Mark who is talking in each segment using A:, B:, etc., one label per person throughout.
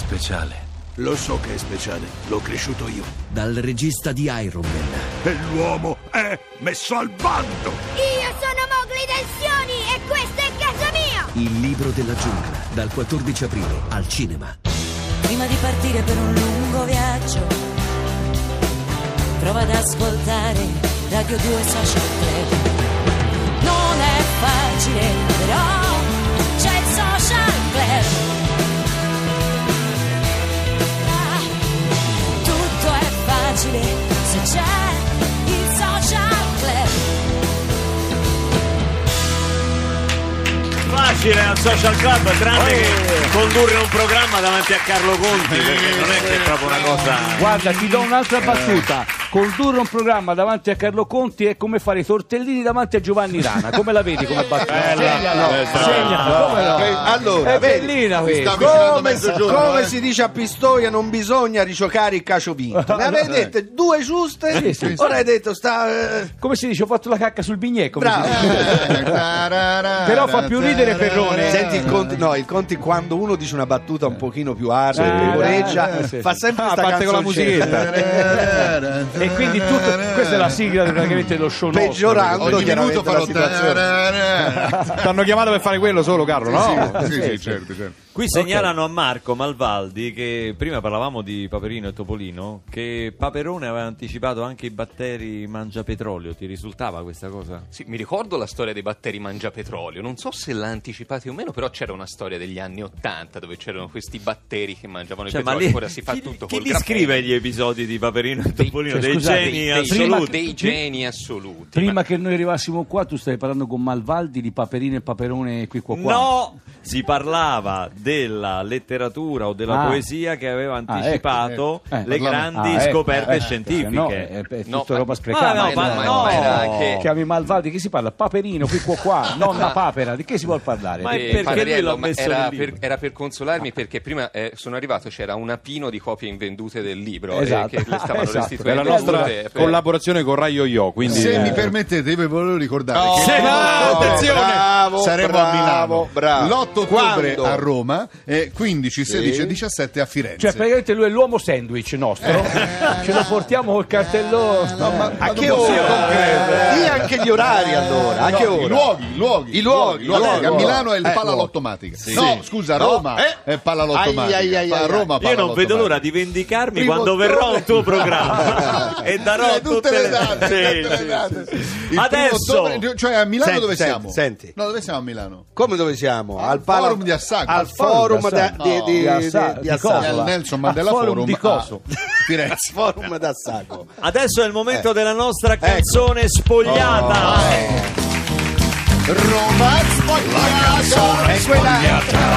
A: speciale.
B: Lo so che è speciale, l'ho cresciuto io.
C: Dal regista di Iron Man,
B: E l'uomo è messo al bando!
D: Io sono Mowgli del Sioni e questa è casa mia!
C: Il libro della giungla, dal 14 aprile al cinema.
E: prima di partire per un lungo viaggio. Prova ad ascoltare Radio 2 Social Club. Non è facile, però c'è il Social Club. Ah, Tutto è facile se c'è il Social Club.
F: Facile al social club, tranne che condurre un programma davanti a Carlo Conti, perché non è che è proprio una cosa.
G: Guarda, ti do un'altra battuta. Condurre un programma davanti a Carlo Conti è come fare i tortellini davanti a Giovanni Rana. Come la vedi come battuta? Segnalo,
F: bella.
G: segnala, come no?
H: Ok, Allora,
G: È
H: vedi,
G: bellina
H: mi sta
G: questa.
H: avvicinando a
I: Eh, Come,
H: mezzogiorno,
I: come
H: eh.
I: si dice a Pistoia non bisogna riciocare il cacio vinto. Ne avevi dette due giuste,
G: Sì, sì, sì.
I: ora hai detto sta... eh,
G: Come si dice, ho fatto la cacca sul bignè. Come
I: Bravo.
G: si dice. Però fa più ridere
J: eh.
G: Eh, Ferrone.
I: Senti il Conti, no, il Conti quando uno dice una battuta un pochino più
H: eh,
I: arda,
G: Sì.
I: pecoreggia,
G: Eh, sì,
I: fa
G: sì.
I: sempre
G: Ah,
I: questa
G: parte con la
I: canzoncina.
G: musichetta. E quindi tutto, questa è la sigla praticamente dello show nostro.
I: Peggiorando
H: Ogni
I: chiaramente
H: minuto
I: la
H: farò eh,
I: situazione.
J: Ti hanno chiamato per fare quello solo, Carlo, no?
H: Sì, sì, sì, certo, certo.
F: Qui segnalano a Marco Malvaldi che prima parlavamo di Paperino e Topolino, che Paperone aveva anticipato anche i batteri mangia petrolio. Ti risultava questa cosa?
K: Sì, mi ricordo la storia dei batteri mangiapetrolio, non so se l'ha anticipata o meno, però c'era una storia degli anni Ottanta dove c'erano questi batteri che mangiavano
F: Cioè,
K: il
F: ma
K: petrolio,
F: lì-
K: ora si fa
F: chi,
K: tutto
F: chi
K: col
F: li
K: graffito.
F: scrive gli episodi di Paperino e Topolino?
G: cioè,
F: dei
G: scusate,
F: geni
K: dei,
F: assoluti.
K: dei geni assoluti.
G: Prima
K: ma-
G: che noi arrivassimo qua, tu stai parlando con Malvaldi di Paperino e Paperone qui qua qua.
F: No, si parlava della letteratura o della
G: Ah.
F: poesia che aveva
G: ecco,
F: anticipato
G: ecco. Eh,
F: le
G: parliamo-
F: grandi
G: Ah, ecco,
F: scoperte
G: eh,
F: scientifiche.
G: No, è, è tutta
K: No, ma-
G: roba
F: Ma
G: sprecata.
F: no, ma
G: Ma-
F: no.
K: ma era anche-
G: Chiami Malvaldi, che si parla? Paperino, qui qua qua, nonna papera, di che si vuol parlare?
F: Ma è
K: Eh,
F: perché
K: Panariello,
F: lui l'ha
K: ma
F: messo
K: era,
F: nel libro.
K: per, era per consolarmi perché prima eh, sono arrivato c'era un apino di copie invendute del libro eh,
G: Esatto.
K: che le
G: Ah,
K: stavano
G: esatto.
J: È
K: restituendo
J: la nostra
K: tutte, eh, per-
J: collaborazione con Rai Yo-Yo, quindi...
H: Se
J: eh,
H: mi permettete, io vi volevo ricordare che
J: Se- Ah, attenzione!
H: Bravo, saremo a Milano
I: bravo, bravo.
H: l'8 ottobre
I: Quando?
H: a Roma e 15, 16 e 17 a Firenze.
G: Cioè, praticamente lui è l'uomo sandwich nostro. Ce lo portiamo col cartellone. No, ma-
I: A che ora? Dì anche gli orari allora, a
H: Eh, No,
I: che
H: I
I: ora?
H: luoghi, i luoghi,
I: I luoghi,
H: i luoghi.
I: i luoghi.
H: A Milano è il
I: Eh,
H: Palalottomatica. No, scusa, a Roma è Palalottomatica.
I: Ai, ai, ai,
H: Pa-
I: ai,
H: Roma
F: Io non vedo l'ora di vendicarmi quando verrò al tuo programma e darò
H: tutte, le date.
F: Sì,
H: tutte le
F: sì,
H: date.
F: sì.
H: Il
F: Adesso,
H: primo ottobre- cioè a Milano
I: Senti,
H: dove
I: senti,
H: siamo?
I: senti.
H: No, dove siamo a Milano?
I: Come dove siamo? Al, pala-
H: forum di Assago.
I: Al forum da-
H: No.
I: di, di,
G: Di Assa-
I: di-
G: di
I: Assago.
G: cosa?
H: Al Nelson Mandela
G: Al forum
H: Forum,
G: di
I: ah,
H: a
G: coso.
H: Firenze.
I: Forum d'Assago.
F: adesso è il momento della nostra canzone spogliata. Ecco.
H: Roma spogliata.
I: È quella,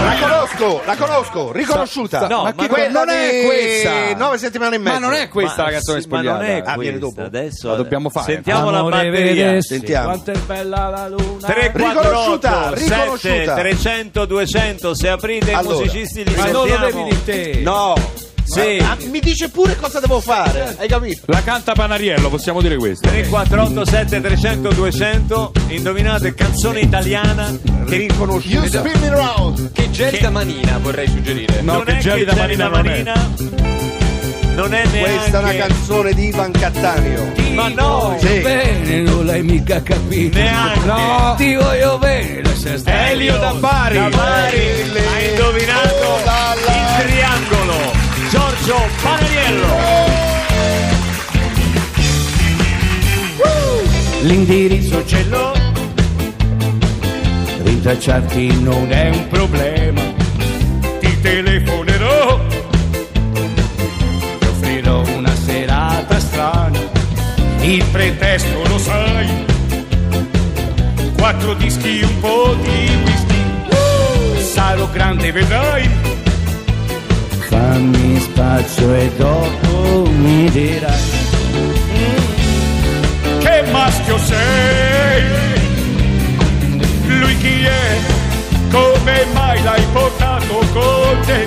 I: la conosco, la conosco, riconosciuta.
F: No, ma
I: chi-
F: non-
I: quella
J: non è
I: di
J: questa.
I: Nove settimane e
J: Ma
I: mezzo.
J: non è questa
F: Ma
J: la canzone
F: sì, ma non
J: spogliata.
F: è
I: Ah, viene
F: questa,
I: dopo?
F: Adesso
J: La dobbiamo fare.
F: Sentiamo la
G: Amore,
F: batteria.
G: vedessi
I: Sentiamo.
G: Quanto è bella la luna.
F: 3,
I: Riconosciuta,
F: 4, 8, 7,
I: riconosciuta.
F: 300, 200. Se aprite
I: Allora.
F: i musicisti li
G: Ma non lo
F: sentiamo.
G: devi di te.
I: No.
F: Sì.
I: Ah, mi dice pure cosa devo fare, hai capito?
J: La canta Panariello, possiamo dire questo.
F: 3, 4, 8, 7, 300, 200. Indovinate canzone italiana che
H: You spin me round.
K: Che gel da manina vorrei suggerire.
J: No,
F: non
J: che
F: è
J: Jerry
F: che
J: da
F: Jerry da
J: Marina
F: Marina non è
I: Questa è una
F: neanche
I: canzone di Ivan Cattaneo.
F: ma no
I: Sì.
G: Bene, non l'hai mica capito.
F: Neanche.
G: No. Ti voglio bene. sei stato-
F: Elio da Bari da Bari ha indovinato il triangolo Giorgio Panariello
G: L'indirizzo ce l'ho. Rintracciarti non è un problema. Ti telefonerò. Ti offrirò una serata strana. Il pretesto lo sai. Quattro dischi, un po' di whisky. Sarò grande, vedrai. Fammi spazio e dopo mi dirai. Che maschio sei? Lui chi è? Come mai l'hai portato con te?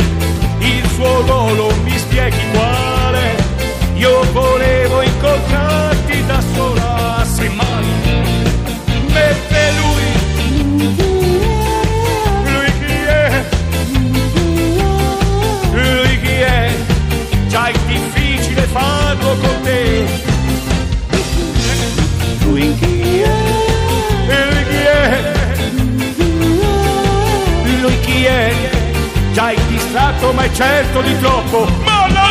G: Il suo ruolo mi spieghi quale? Io volevo incontrarti da sola, semmai mette lui. Lui chi è? Lui sbagliato, ma è certo di troppo. Ma no!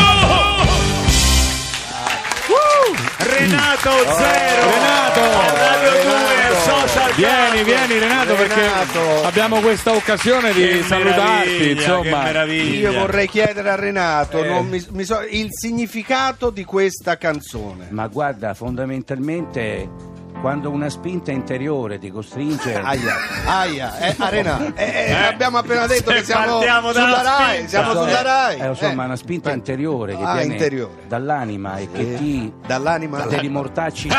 G: Renato zero.
J: Renato!
G: Radio 2 social
J: Vieni, vieni Renato, perché
L: Renato.
J: abbiamo questa occasione di
F: Che meraviglia,
J: salutarti,
F: Che
J: insomma.
F: meraviglia.
L: Io vorrei chiedere a
F: Eh.
L: Renato non mi- mi so- il significato di questa
F: Eh.
L: canzone.
I: Ma guarda, fondamentalmente quando una spinta interiore ti costringe
H: Ah,
L: Aia, aia, eh, a Renato. Eh, eh, abbiamo appena detto
F: se
L: che siamo
F: partiamo dalla
L: sulla Rai,
F: spinta.
L: siamo sulla Rai.
I: Eh, insomma,
L: Eh,
I: una spinta
L: beh.
I: interiore che
L: Ah,
I: viene
L: interiore.
I: dall'anima e che ti
L: Dall'anima
I: dai
L: alla-
I: mortacci tua.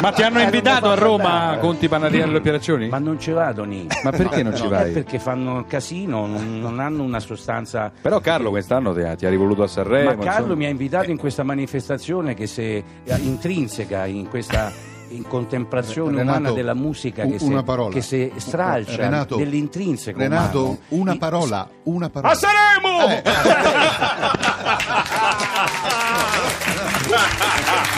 J: Ma ti hanno
I: Eh,
J: invitato a
I: non posso
J: Roma
I: andare.
J: Conti Panariello e Pieraccioni?
I: Ma non ci vado, Ni.
J: Ma perché non ci vai?
I: Eh, perché fanno casino, non, non hanno una sostanza.
J: Però Carlo quest'anno ti ha, ti ha rivoluto a Sanremo.
I: Ma Carlo
J: insomma.
I: mi ha invitato in questa manifestazione che se eh, intrinseca in questa in contemplazione
H: Renato,
I: umana della musica
H: u-
I: che,
H: una
I: se,
H: parola.
I: che se stralcia
H: Renato,
I: dell'intrinseco umano.
H: Renato, una
I: I-
H: parola, una parola.
G: A Saremo!
H: Oh.
J: Eh.
I: Eh.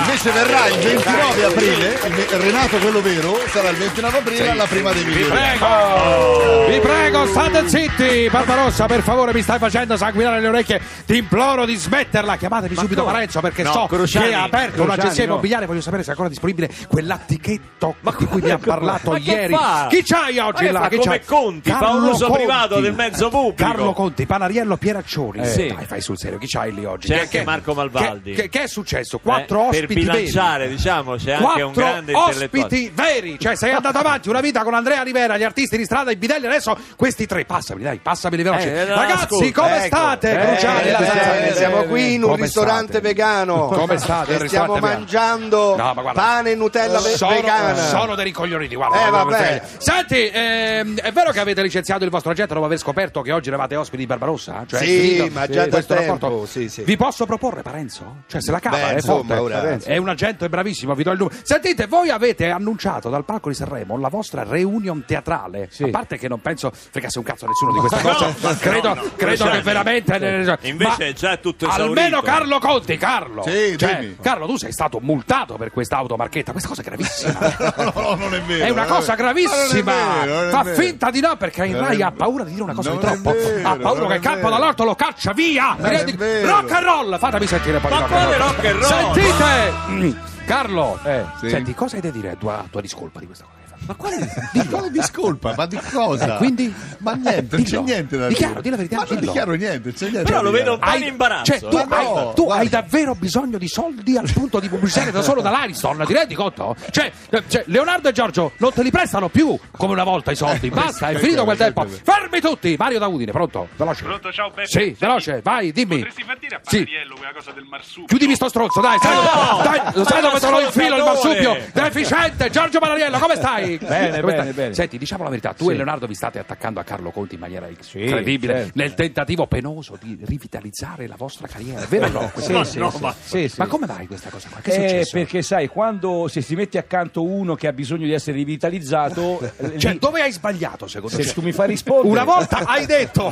H: Invece verrà il 29 aprile, il ve- Renato quello vero sarà il 29 aprile alla prima dei video.
F: Eh,
J: Prego! Vi prego, state zitti! Barbarossa, per favore, mi stai facendo sanguinare le orecchie. Ti imploro di smetterla. Chiamatemi subito Parenzo perché
F: No,
J: so
F: Cruciani.
J: che ha aperto una
F: Cruciani,
J: agenzia
F: no.
J: immobiliare. Voglio sapere se è ancora disponibile quell'attichetto di cui mi ha parlato
F: ma che
J: ieri.
F: fa?
J: Chi c'hai oggi
F: Ma che
J: là?
F: fa?
J: Chi
F: Come
J: c'hai?
F: Conti, fa un
J: Carlo
F: uso
J: Conti.
F: privato del mezzo pubblico. Eh,
J: Carlo Conti, Panariello, Pieraccioni.
F: Sì.
J: Dai, fai sul serio, chi c'hai lì oggi?
F: C'è
J: Che-
F: anche
J: che-
F: Marco Malvaldi.
J: Che, che- che è successo? Quattro
F: Eh,
J: ospiti
F: Per
J: veri.
F: bilanciare, diciamo, c'è anche
J: Quattro
F: un grande intellettuale.
J: ospiti veri, cioè sei andato avanti una vita con Andrea Rivera, gli artisti di strada, i bidelli, adesso questi tre, passameli dai, passameli veloci.
F: Eh, no,
J: Ragazzi,
F: ascolta,
J: come
L: ecco.
J: state?
L: Eh,
J: Cruciani,
L: eh,
J: la Zanzara?
L: eh, siamo qui in un
J: Come
L: ristorante
J: state?
L: vegano.
J: Come state?
L: E
J: Il
L: stiamo
J: ristorante vegano.
L: mangiando
J: No, ma guarda,
L: pane e Nutella ve-
J: sono,
L: vegana.
J: sono dei ricoglioniti, guarda.
L: Eh,
J: guarda,
L: vabbè.
J: guarda. Senti, ehm, è vero che avete licenziato il vostro agente dopo aver scoperto che oggi eravate ospiti di Barbarossa? Cioè, è
L: Sì,
J: finito
L: ma già da
J: questo
L: tempo,
J: rapporto?
L: sì, sì.
J: Vi posso proporre Parenzo? Cioè, se la cava,
L: Beh,
J: è
L: insomma,
J: forte.
L: ora-
J: Parenzo. È un agente bravissimo, vi do il numero. Sentite, voi avete annunciato dal palco di Sanremo la vostra reunion teatrale. A parte che non penso fregasse un cazzo a nessuno di questa cosa. credo
F: no, no.
J: credo che
F: Cruciani.
J: veramente... ne-
F: Invece
J: ma
F: è già tutto
J: Almeno
F: esaurito.
J: Carlo Conti, Carlo!
H: Sì,
J: Cioè,
H: dimmi.
J: Carlo, tu sei stato multato per quest'auto marchetta. Questa cosa è gravissima.
H: No, no, non è vero. eh.
J: È una
H: non
J: cosa
H: vero. Ma
J: gravissima.
H: non è vero, non è
J: Fa
H: vero.
J: finta di no perché il
H: Non
J: Rai
H: è
J: ha
H: vero.
J: paura di dire una cosa di
H: Non è
J: troppo.
H: vero,
J: ha paura
H: non
J: che
H: è
J: il campo
H: vero.
J: dall'orto lo caccia via. Mi
H: è
J: rendi-
H: vero.
J: Rock and roll. Fatemi sentire poi.
F: Ma
J: rock and
F: quale
J: roll.
F: rock and roll?
J: Sentite, Mm. Carlo, eh,
H: Sì.
J: senti, cosa hai da dire a tua, a tua discolpa di questa cosa? che hai fatto?
H: Ma quale, di quale discolpa? Ma di cosa?
J: Eh, quindi?
H: Ma niente, non c'è
J: Dillo.
H: niente da dire.
J: Dichiaro, di la verità,
H: Ma non
J: dillo.
H: dichiaro niente, c'è niente
F: Però
H: da
F: lo
H: dire.
F: vedo un po' in imbarazzo. eh.
J: Cioè, tu,
H: Ma no,
J: hai, tu
H: guarda.
J: hai davvero bisogno di soldi al punto di pubblicizzare da solo dall'Ariston, ti rendi conto? Cioè, eh, cioè, Leonardo e Giorgio non te li prestano più come una volta i soldi, basta, è finito quel tempo. Fermi tutti! Mario da Udine, pronto? Veloce.
G: Pronto, ciao, Beppe.
J: Sì, veloce, vai, dimmi.
G: Potresti far dire a
J: Sì.
G: Panariello quella cosa del marsupio?
J: Chiudimi sto strozzo,
I: Eh,
J: dai, sai, dai, lo sai
F: Ma
J: dove te lo infilo il
F: ascoltatore!
J: marsupio? Deficiente, Giorgio Panariello, come stai?
I: Bene,
J: Come
I: bene,
J: stai?
I: bene.
J: Senti, diciamo la verità, tu e Leonardo vi state attaccando a Carlo Conti in maniera incredibile
I: certo.
J: nel tentativo penoso di rivitalizzare la vostra carriera, vero o no?
I: Sì, sì,
F: no,
I: sì.
F: ma-
I: Sì, sì.
J: Ma come mai questa cosa qua? Che è
I: Eh,
J: successo?
I: perché sai, quando se si mette accanto uno che ha bisogno di essere rivitalizzato, eh,
J: Cioè,
I: lì-
J: dove hai sbagliato secondo
I: se
J: te?
I: tu mi fai rispondere,
J: Una volta hai detto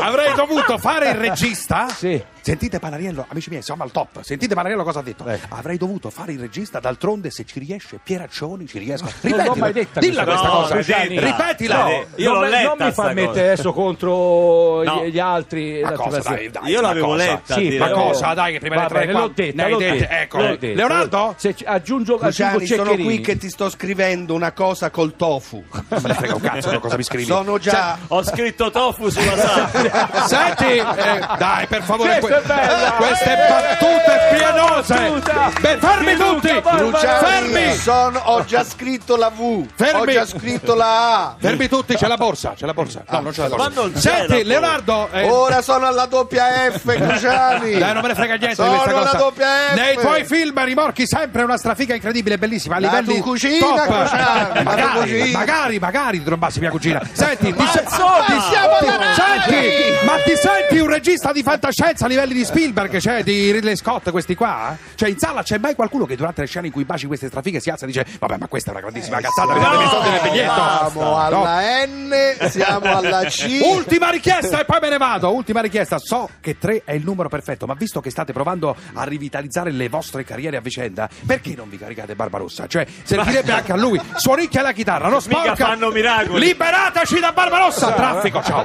J: avrei dovuto fare il regista.
I: Sì.
J: Sentite Panariello, amici miei, siamo al top. Sentite Panariello cosa ha detto.
I: Ecco.
J: Avrei dovuto fare il regista, d'altronde se ci riesce Pieraccioni ci riesco. Ripetila.
I: mai detta
J: Dilla
I: questa
J: questa
F: cosa.
J: cosa.
F: No, l'hai detta.
J: Ripetila.
F: L'hai detta. Io
I: non,
F: l'ho
I: me-
F: letta
I: non mi
F: sta
I: fa
F: cosa.
I: mettere adesso contro gli-
F: No.
I: gli, altri.
J: Ma
I: la
J: cosa,
I: tua-
J: dai, dai,
F: Io
J: ma
F: l'avevo
J: cosa?
F: letta.
I: Sì,
F: direi.
J: Ma
I: Però-
J: cosa? Dai, che prima
I: Va
J: delle tre
I: bene,
J: qua-
I: l'ho detta,
J: ne hai
I: l'ho
J: dette,
I: detta,
J: Ecco.
I: l'ho detta.
J: Leonardo?
I: Se ci- aggiungo, aggiungo
L: Luciani, sono
I: Ceccherini.
L: qui che ti sto scrivendo una cosa col tofu.
J: Non me ne frega un cazzo cosa mi scrivi.
L: Sono già
F: Ho scritto tofu sulla sabbia.
J: Senti, eh, dai, per favore,
I: Questa è bella!
J: queste
I: Eh,
J: battute
I: eh,
J: pianose.
I: battuta!
J: Beh, fermi
I: Di Luca
J: tutti,
I: Barbarossa!
J: Cioè, fermi,
L: Luciani, sono- ho già scritto la V, ho
J: Fermi.
L: già scritto la A.
J: fermi tutti. C'è la borsa, c'è la borsa.
H: Ah,
I: Ah.
J: No, non c'è la borsa.
F: Ma non c'è la
J: Senti,
F: borsa.
J: Leonardo. eh,
L: Ora sono alla doppia F, Cruciani.
J: Dai, non me ne frega niente di
L: Sono
J: questa
L: la
J: cosa.
L: doppia F.
J: Nei tuoi film rimorchi sempre una strafiga incredibile, bellissima. A
L: La
J: livelli
L: tua cucina,
J: top.
L: Crociani, la tua
J: magari,
L: cucina.
J: magari, magari ti trombassi mia cucina. Senti, ti,
F: Ma
J: se-
F: insomma!
J: ti-
F: Ma siamo
J: ti- senti, ma ti senti un regista di fantascienza a livelli livelli di Spielberg, cioè di Ridley Scott, questi qua? Cioè, in sala c'è mai qualcuno che durante le scene in cui baci queste strafighe si alza e dice: Vabbè, ma questa è una grandissima cazzata,
M: sì.
J: vedete
M: No,
J: le soldi
H: eh,
J: del biglietto.
M: siamo
J: No.
M: alla N, siamo alla C.
J: Ultima richiesta e poi me ne vado. Ultima richiesta. So che 3 è il numero perfetto, ma visto che state provando a rivitalizzare le vostre carriere a vicenda, perché non vi caricate Barbarossa? Cioè, servirebbe anche a lui. Suonicchia la chitarra, non
F: Mica
J: sporca.
F: fanno miracoli.
J: Liberateci da Barbarossa, traffico, ciao.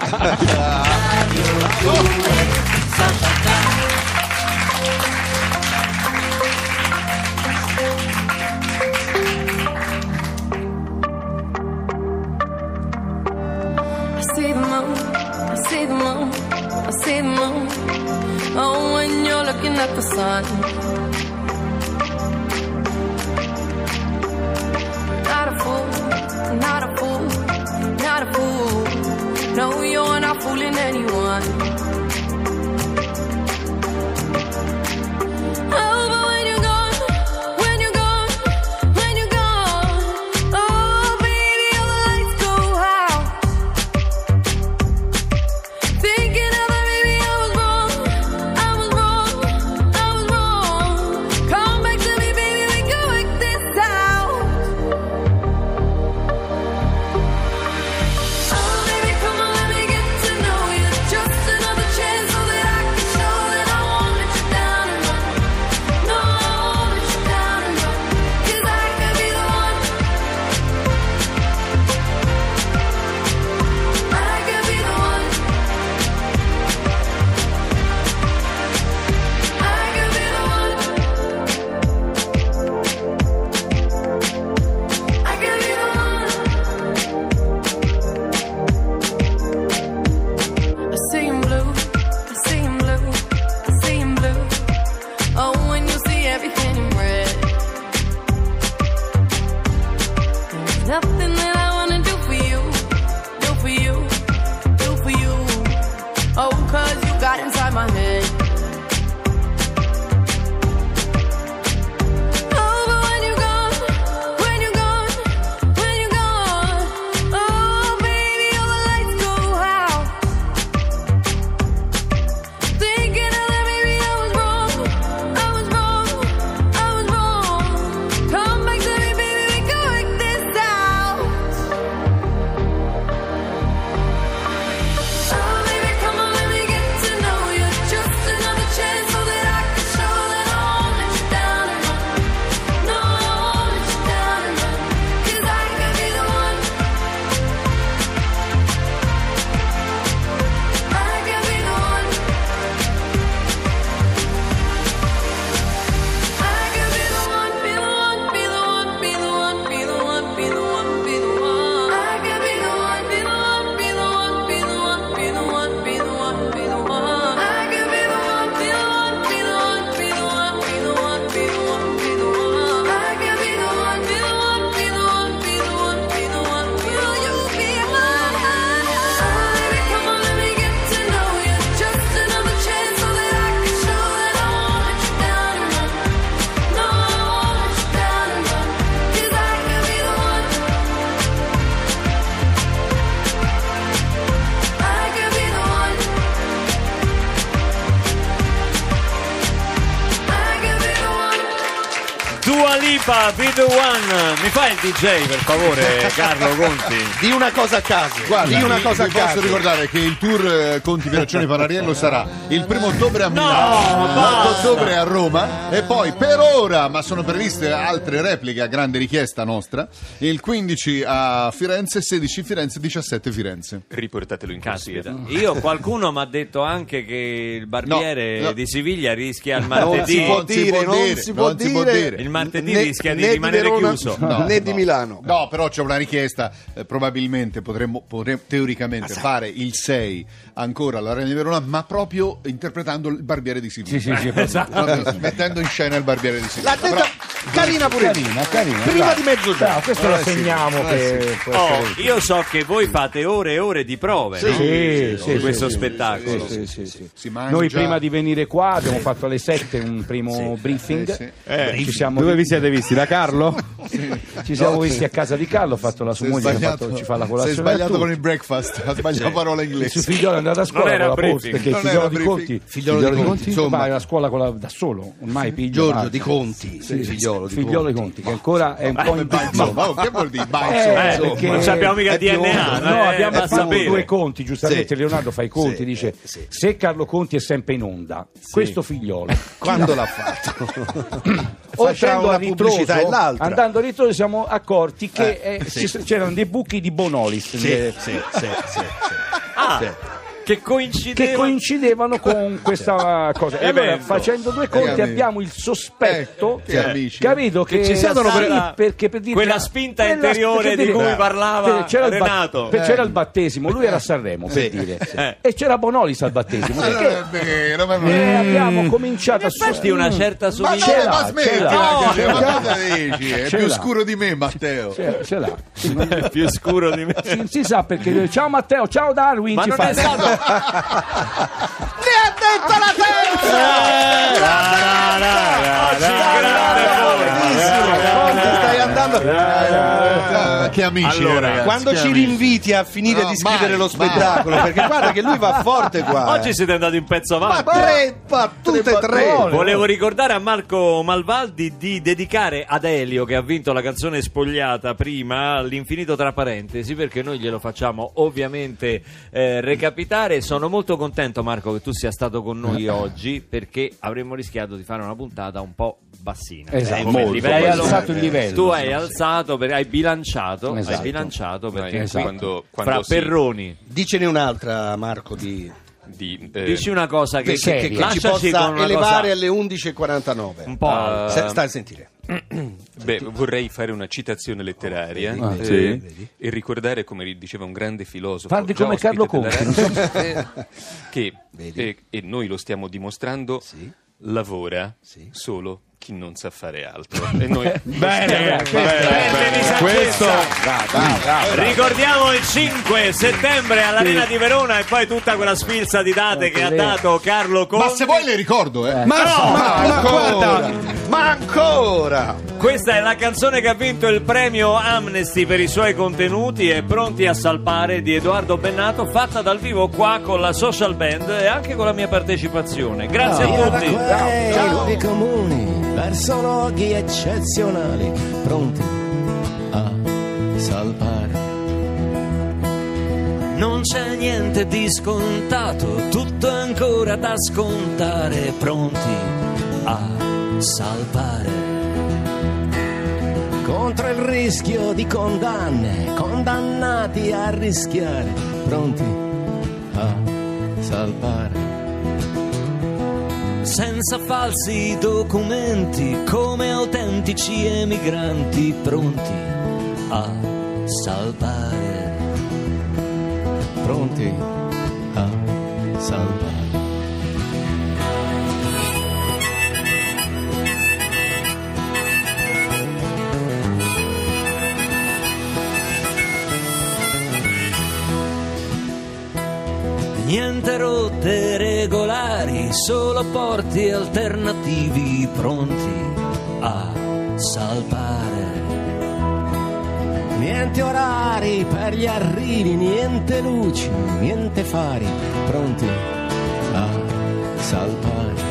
E: I see the moon, I see the moon, I see the moon. Oh, when you're looking at the sun. Not a fool, not a fool, not a fool. No, you're not fooling anyone. Oh, but when you're gone, when you're gone, when you're gone, oh baby, all the lights go out. Thinking of it, maybe I was wrong. I was wrong. I was wrong. Come back to me, baby. We can work this out. Oh, baby, come on, let me get to know you. Just another chance so that I can show that I won't let you down and run. No, I won't let you down and run. 'Cause I could be the one. I could be the one. I could be the one. I could be the one. I see him blue. I see him blue. I see him blue. Oh, when you see everything in red. There's nothing that I wanna do for you, do for you, do for you. Oh, 'cause you got inside my head. Oh, but when you're gone, when you're gone, when you're gone, oh baby, all the lights go out. Thinking of that, maybe I was wrong, I was wrong, I was wrong. Come back to me, baby, we can work this out. Oh, baby, come on, let me get to know you. Just another chance so that I can show that I won't let you down and run. No, I won't let you down and run. 'Cause I could be the one. I could be the one. I could be the one, be the one, be the one, be the one, be the one, be the one, be the one. I could be the one, be the one, be the one, be the one, be the one, be the one, be the one. I could be the one, be the one, be the one, be the one, be the one, be the one, be the one. I could be the one, be the one, be the one, be the one, be the one. Will you be mine? Baby, come on, let me get to know you. Just another chance so that I can show that I won't let you down and run. No, I won't let you down and run. 'Cause I could be the one. I could be the one. I could be the one.
F: Dua Lipa, Be The One. Mi fai il DJ per favore, Carlo Conti?
L: Di una cosa a caso.
H: Guarda,
L: di una
H: vi-
L: cosa a
H: vi posso
L: caso.
H: ricordare che il tour eh, Conti Veraccioni Panariello sarà il primo ottobre a Milano, l'8
F: basta!
H: ottobre a Roma e poi per ora, ma sono previste altre repliche a grande richiesta nostra, il 15 a Firenze, 16 Firenze, 17 Firenze.
K: Riportatelo in
F: Caspita. esatto. Io qualcuno mi ha detto anche che il barbiere
H: No, no.
F: di Siviglia rischia il
H: Non
F: martedì.
H: si può dire, non si può dire.
F: Il martedì
H: Né-
F: rischia di
H: né di
F: rimanere
H: Verona-
F: chiuso.
H: No,
M: né di Milano.
H: No, però c'è una richiesta, eh, probabilmente potremmo, potremmo teoricamente fare il 6 ancora alla Reina di Verona, ma proprio interpretando il barbiere di Siviglia.
I: Sì, sì, sì, proprio.
H: Proprio mettendo in scena il barbiere di Siviglia.
M: L'ha detto,
H: Però-
L: Carina pure.
F: Carina, carina,
L: Prima
F: dai.
L: di mezzogiorno.
F: No, questo lo
N: Eh,
F: segniamo
L: che
F: Oh, io so che voi fate ore e ore di prove
I: Sì,
F: no?
I: sì,
F: Su
I: sì,
F: questo
I: sì,
F: spettacolo.
I: sì, Noi prima di venire qua abbiamo fatto alle 7 un primo briefing.
N: Eh,
I: Ci siamo
N: Dove vi siete visti? Da Carlo?
I: Ci siamo visti a casa di Carlo, ha fatto la sua
H: Sei
I: moglie, che ha
H: sbagliato-
I: fatto- ci fa la
H: sei
I: colazione.
H: sbagliato
I: Tu.
H: con il breakfast, ha sbagliato
I: Sì.
H: parola
I: Il
H: inglese.
I: suo figlio è andato a scuola con la posta, perché il
H: Non
I: figliolo
H: era
I: di
H: briefing.
I: Conti,
H: Figliolo
I: figliolo
H: di Conti,
I: di Conti,
H: insomma.
I: va a scuola con la- da solo, ormai pigio
L: Giorgio
I: parte.
L: di Conti,
I: Sì,
L: il
I: sì,
L: figliolo di
I: figliolo di Conti, che ancora è un po' in
H: Eh, Ma Oh, che vuol dire? Vai,
I: Eh,
H: insomma,
I: perché-
H: insomma. È
F: Ah,
H: biondo.
I: no,
F: eh,
I: abbiamo
H: è
I: fatto
H: biondo.
I: due conti giustamente
H: Sì.
I: Leonardo fa i conti dice se Carlo Conti è sempre in onda questo figliolo
L: Quando l'ha
I: fatto
L: Facciamo
I: oltre
L: una
I: a ritroso
L: pubblicità e l'altra.
I: andando a ritroso siamo accorti che
L: Eh,
I: eh,
L: sì.
I: ci- c'erano dei buchi di Bonolis nelle-
F: Ah,
I: Sì.
F: che coincideva
I: che coincidevano con questa cosa e allora
F: Evento.
I: facendo due conti
F: Capito.
I: abbiamo il sospetto
F: Eh, che amici.
I: capito
F: Che
I: che,
F: ci siano
I: sì,
F: quella-
I: perché per dire-
F: quella spinta
I: quella-
F: interiore
I: perché
F: di
I: dire-
F: cui parlava
I: c'era il ba-
F: Renato.
I: per- c'era
F: Eh.
I: il battesimo lui era a Sanremo per
F: Sì.
I: dire
F: Eh.
I: e c'era Bonolis al battesimo
H: Ma non
I: perché
H: è vero, ma
I: e abbiamo cominciato a
F: Infatti una certa
H: Ma
F: somiglianza.
H: dai, ma
F: eh, cioè,
H: smettila, che-
I: ce l'ha.
H: ma cosa dici? È
I: Ce
H: più
I: l'ha.
H: scuro di me, Matteo.
I: Ce- ce l'ha
F: È più scuro di me.
I: si, si sa perché ciao Matteo ciao Darwin
F: Ma
I: ci
F: non
I: fa-
F: è stato- Ah,
L: stai andando
H: che amici, eh,
L: Allora,
H: ragazzi,
L: quando
H: che
L: ci
H: amici.
L: rinviti a finire
H: No,
L: di scrivere
H: mai,
L: lo
H: mai.
L: spettacolo perché guarda che lui va forte
I: Ah,
L: qua eh.
F: Oggi siete andati un pezzo
L: ma
F: avanti.
L: tre ma tutte e tre
F: Volevo ricordare a Marco Malvaldi di dedicare ad Elio, che ha vinto la canzone spogliata prima, l'infinito tra parentesi, perché noi glielo facciamo ovviamente eh, recapitare. Sono molto contento, Marco, che tu sia stato con noi oggi, perché avremmo rischiato di fare una puntata un po' bassina. Cioè, Esatto.
I: Esatto,
F: come
I: molto
F: livello.
I: Hai alzato il livello.
F: Tu hai
I: Sì.
F: alzato, per- hai bilanciato,
L: Esatto.
F: hai bilanciato perché
L: Esatto.
F: qui,
L: Quando-
F: fra
L: quando si-
F: Perroni,
L: dicene un'altra Marco di
K: eh,
F: dici una cosa che,
L: che, eh, che- che ci
F: lasciaci
L: possa
F: con una
L: elevare
F: cosa-
L: alle 11.49
F: Un po'
K: ah,
F: eh, alta.
L: Se- stai a sentire
K: Beh, vorrei fare una citazione letteraria
I: Ah,
K: eh,
I: sì.
K: e ricordare, come diceva un grande filosofo,
I: Parli
K: già
I: come
K: ospite
I: Carlo
K: della
I: Conti,
K: radio,
I: non so-
K: eh, che, eh, e noi lo stiamo dimostrando, lavora solo chi non sa fare altro. E noi-
F: Bene,
K: Questa-
F: bene, questo. Ricordiamo il 5 settembre all'Arena di Verona e poi tutta quella sfilza di date che ha dato Carlo Conti.
H: Ma se vuoi le ricordo, eh.
F: Ma no,
H: ma- ma guarda,
L: ma ancora!
F: Questa è la canzone che ha vinto il premio Amnesty per i suoi contenuti e Pronti a salpare di Edoardo Bennato, fatta dal vivo qua con la social band e anche con la mia partecipazione. Grazie
H: Ah,
F: a
H: ecco.
F: tutti.
C: Ciao. luoghi comuni, verso luoghi eccezionali, pronti a salvare.
B: Non c'è niente di scontato, tutto è ancora da scontare, pronti a salvare.
C: Contro il rischio di condanne, condannati a rischiare, pronti a salvare.
B: Senza falsi documenti, come autentici emigranti, pronti a salvare.
C: Pronti a salvare.
B: Niente rotte regolari, solo porti alternativi pronti a salvare.
C: Niente orari per gli arrivi, niente luci, niente fari, pronti a salvare.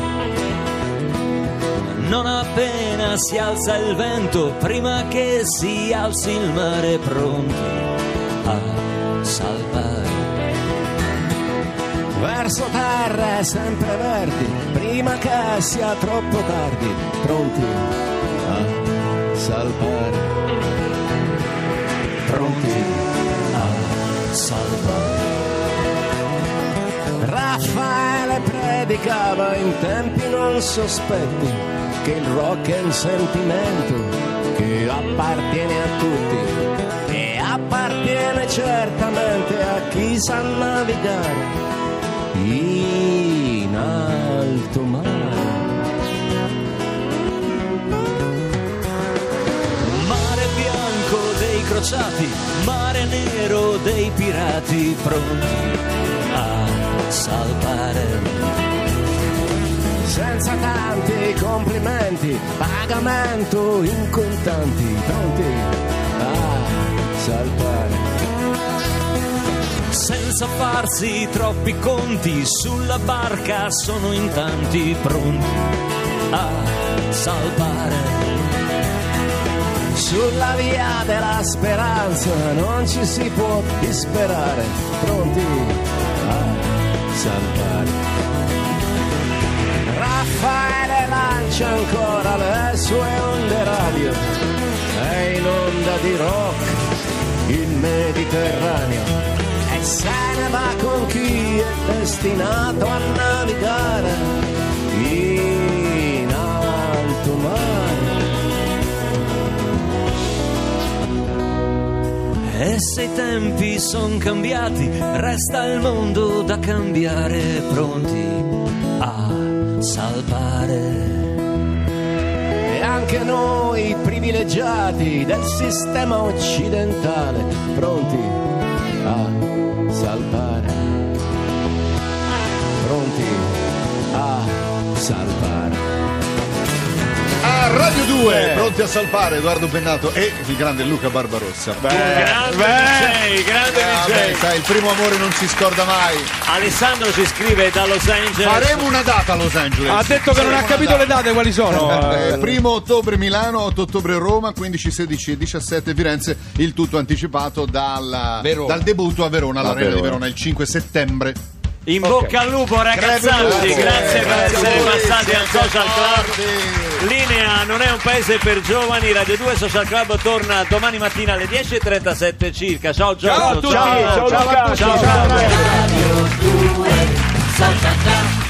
B: Non appena si alza il vento, prima che si alzi il mare, pronti a salvare.
C: Verso terre sempre verdi, prima che sia troppo tardi, pronti a salvare. Pronti a salvare. Raffaele predicava in tempi non sospetti che il rock è un sentimento che appartiene a tutti e appartiene certamente a chi sa navigare in alto mare.
B: incrociati, mare nero dei pirati pronti a salvare.
C: Senza tanti complimenti, pagamento in contanti, pronti a salvare.
B: Senza farsi troppi conti, sulla barca sono in tanti pronti a salvare.
C: Sulla via della speranza non ci si può disperare, pronti a salvare. Raffaele lancia ancora le sue onde radio, è in onda di rock il Mediterraneo. E se ne va con chi è destinato a navigare in alto mare.
B: E se i tempi son cambiati, resta il mondo da cambiare, pronti a salvare.
C: E anche noi privilegiati del sistema occidentale, pronti a salvare. Pronti a salvare.
H: A Radio
L: Eh.
H: 2, pronti a salpare Edoardo Pennato e il grande Luca Barbarossa.
F: grande DJ, grande DJ.
H: vabbè, sai, il primo amore non si scorda mai.
F: Alessandro ci scrive da Los Angeles.
H: Faremo una data a Los Angeles.
J: Ha detto che non ha
H: Faremo
J: capito
H: una
J: le date quali sono.
H: Eh,
J: eh.
H: primo ottobre Milano, 8 ottobre Roma, 15, 16 e 17 Firenze, il tutto anticipato dalla-
F: Verona.
H: dal debutto a Verona, all'Arena di
F: Verona.
H: Verona, il 5 settembre.
F: In bocca al lupo ragazzacci,
H: Grazie.
F: grazie per
H: Grazie a
F: essere
H: voi,
F: passati
H: siete
F: al Social
H: forti.
F: Club. Linea non è un paese per giovani, Radio 2 Social Club torna domani mattina alle 10.37 circa. Ciao Giorgio,
E: Ciao a tutti, ciao Luca,
F: ciao,
E: ciao
F: ciao.
E: Radio 2 Social Club.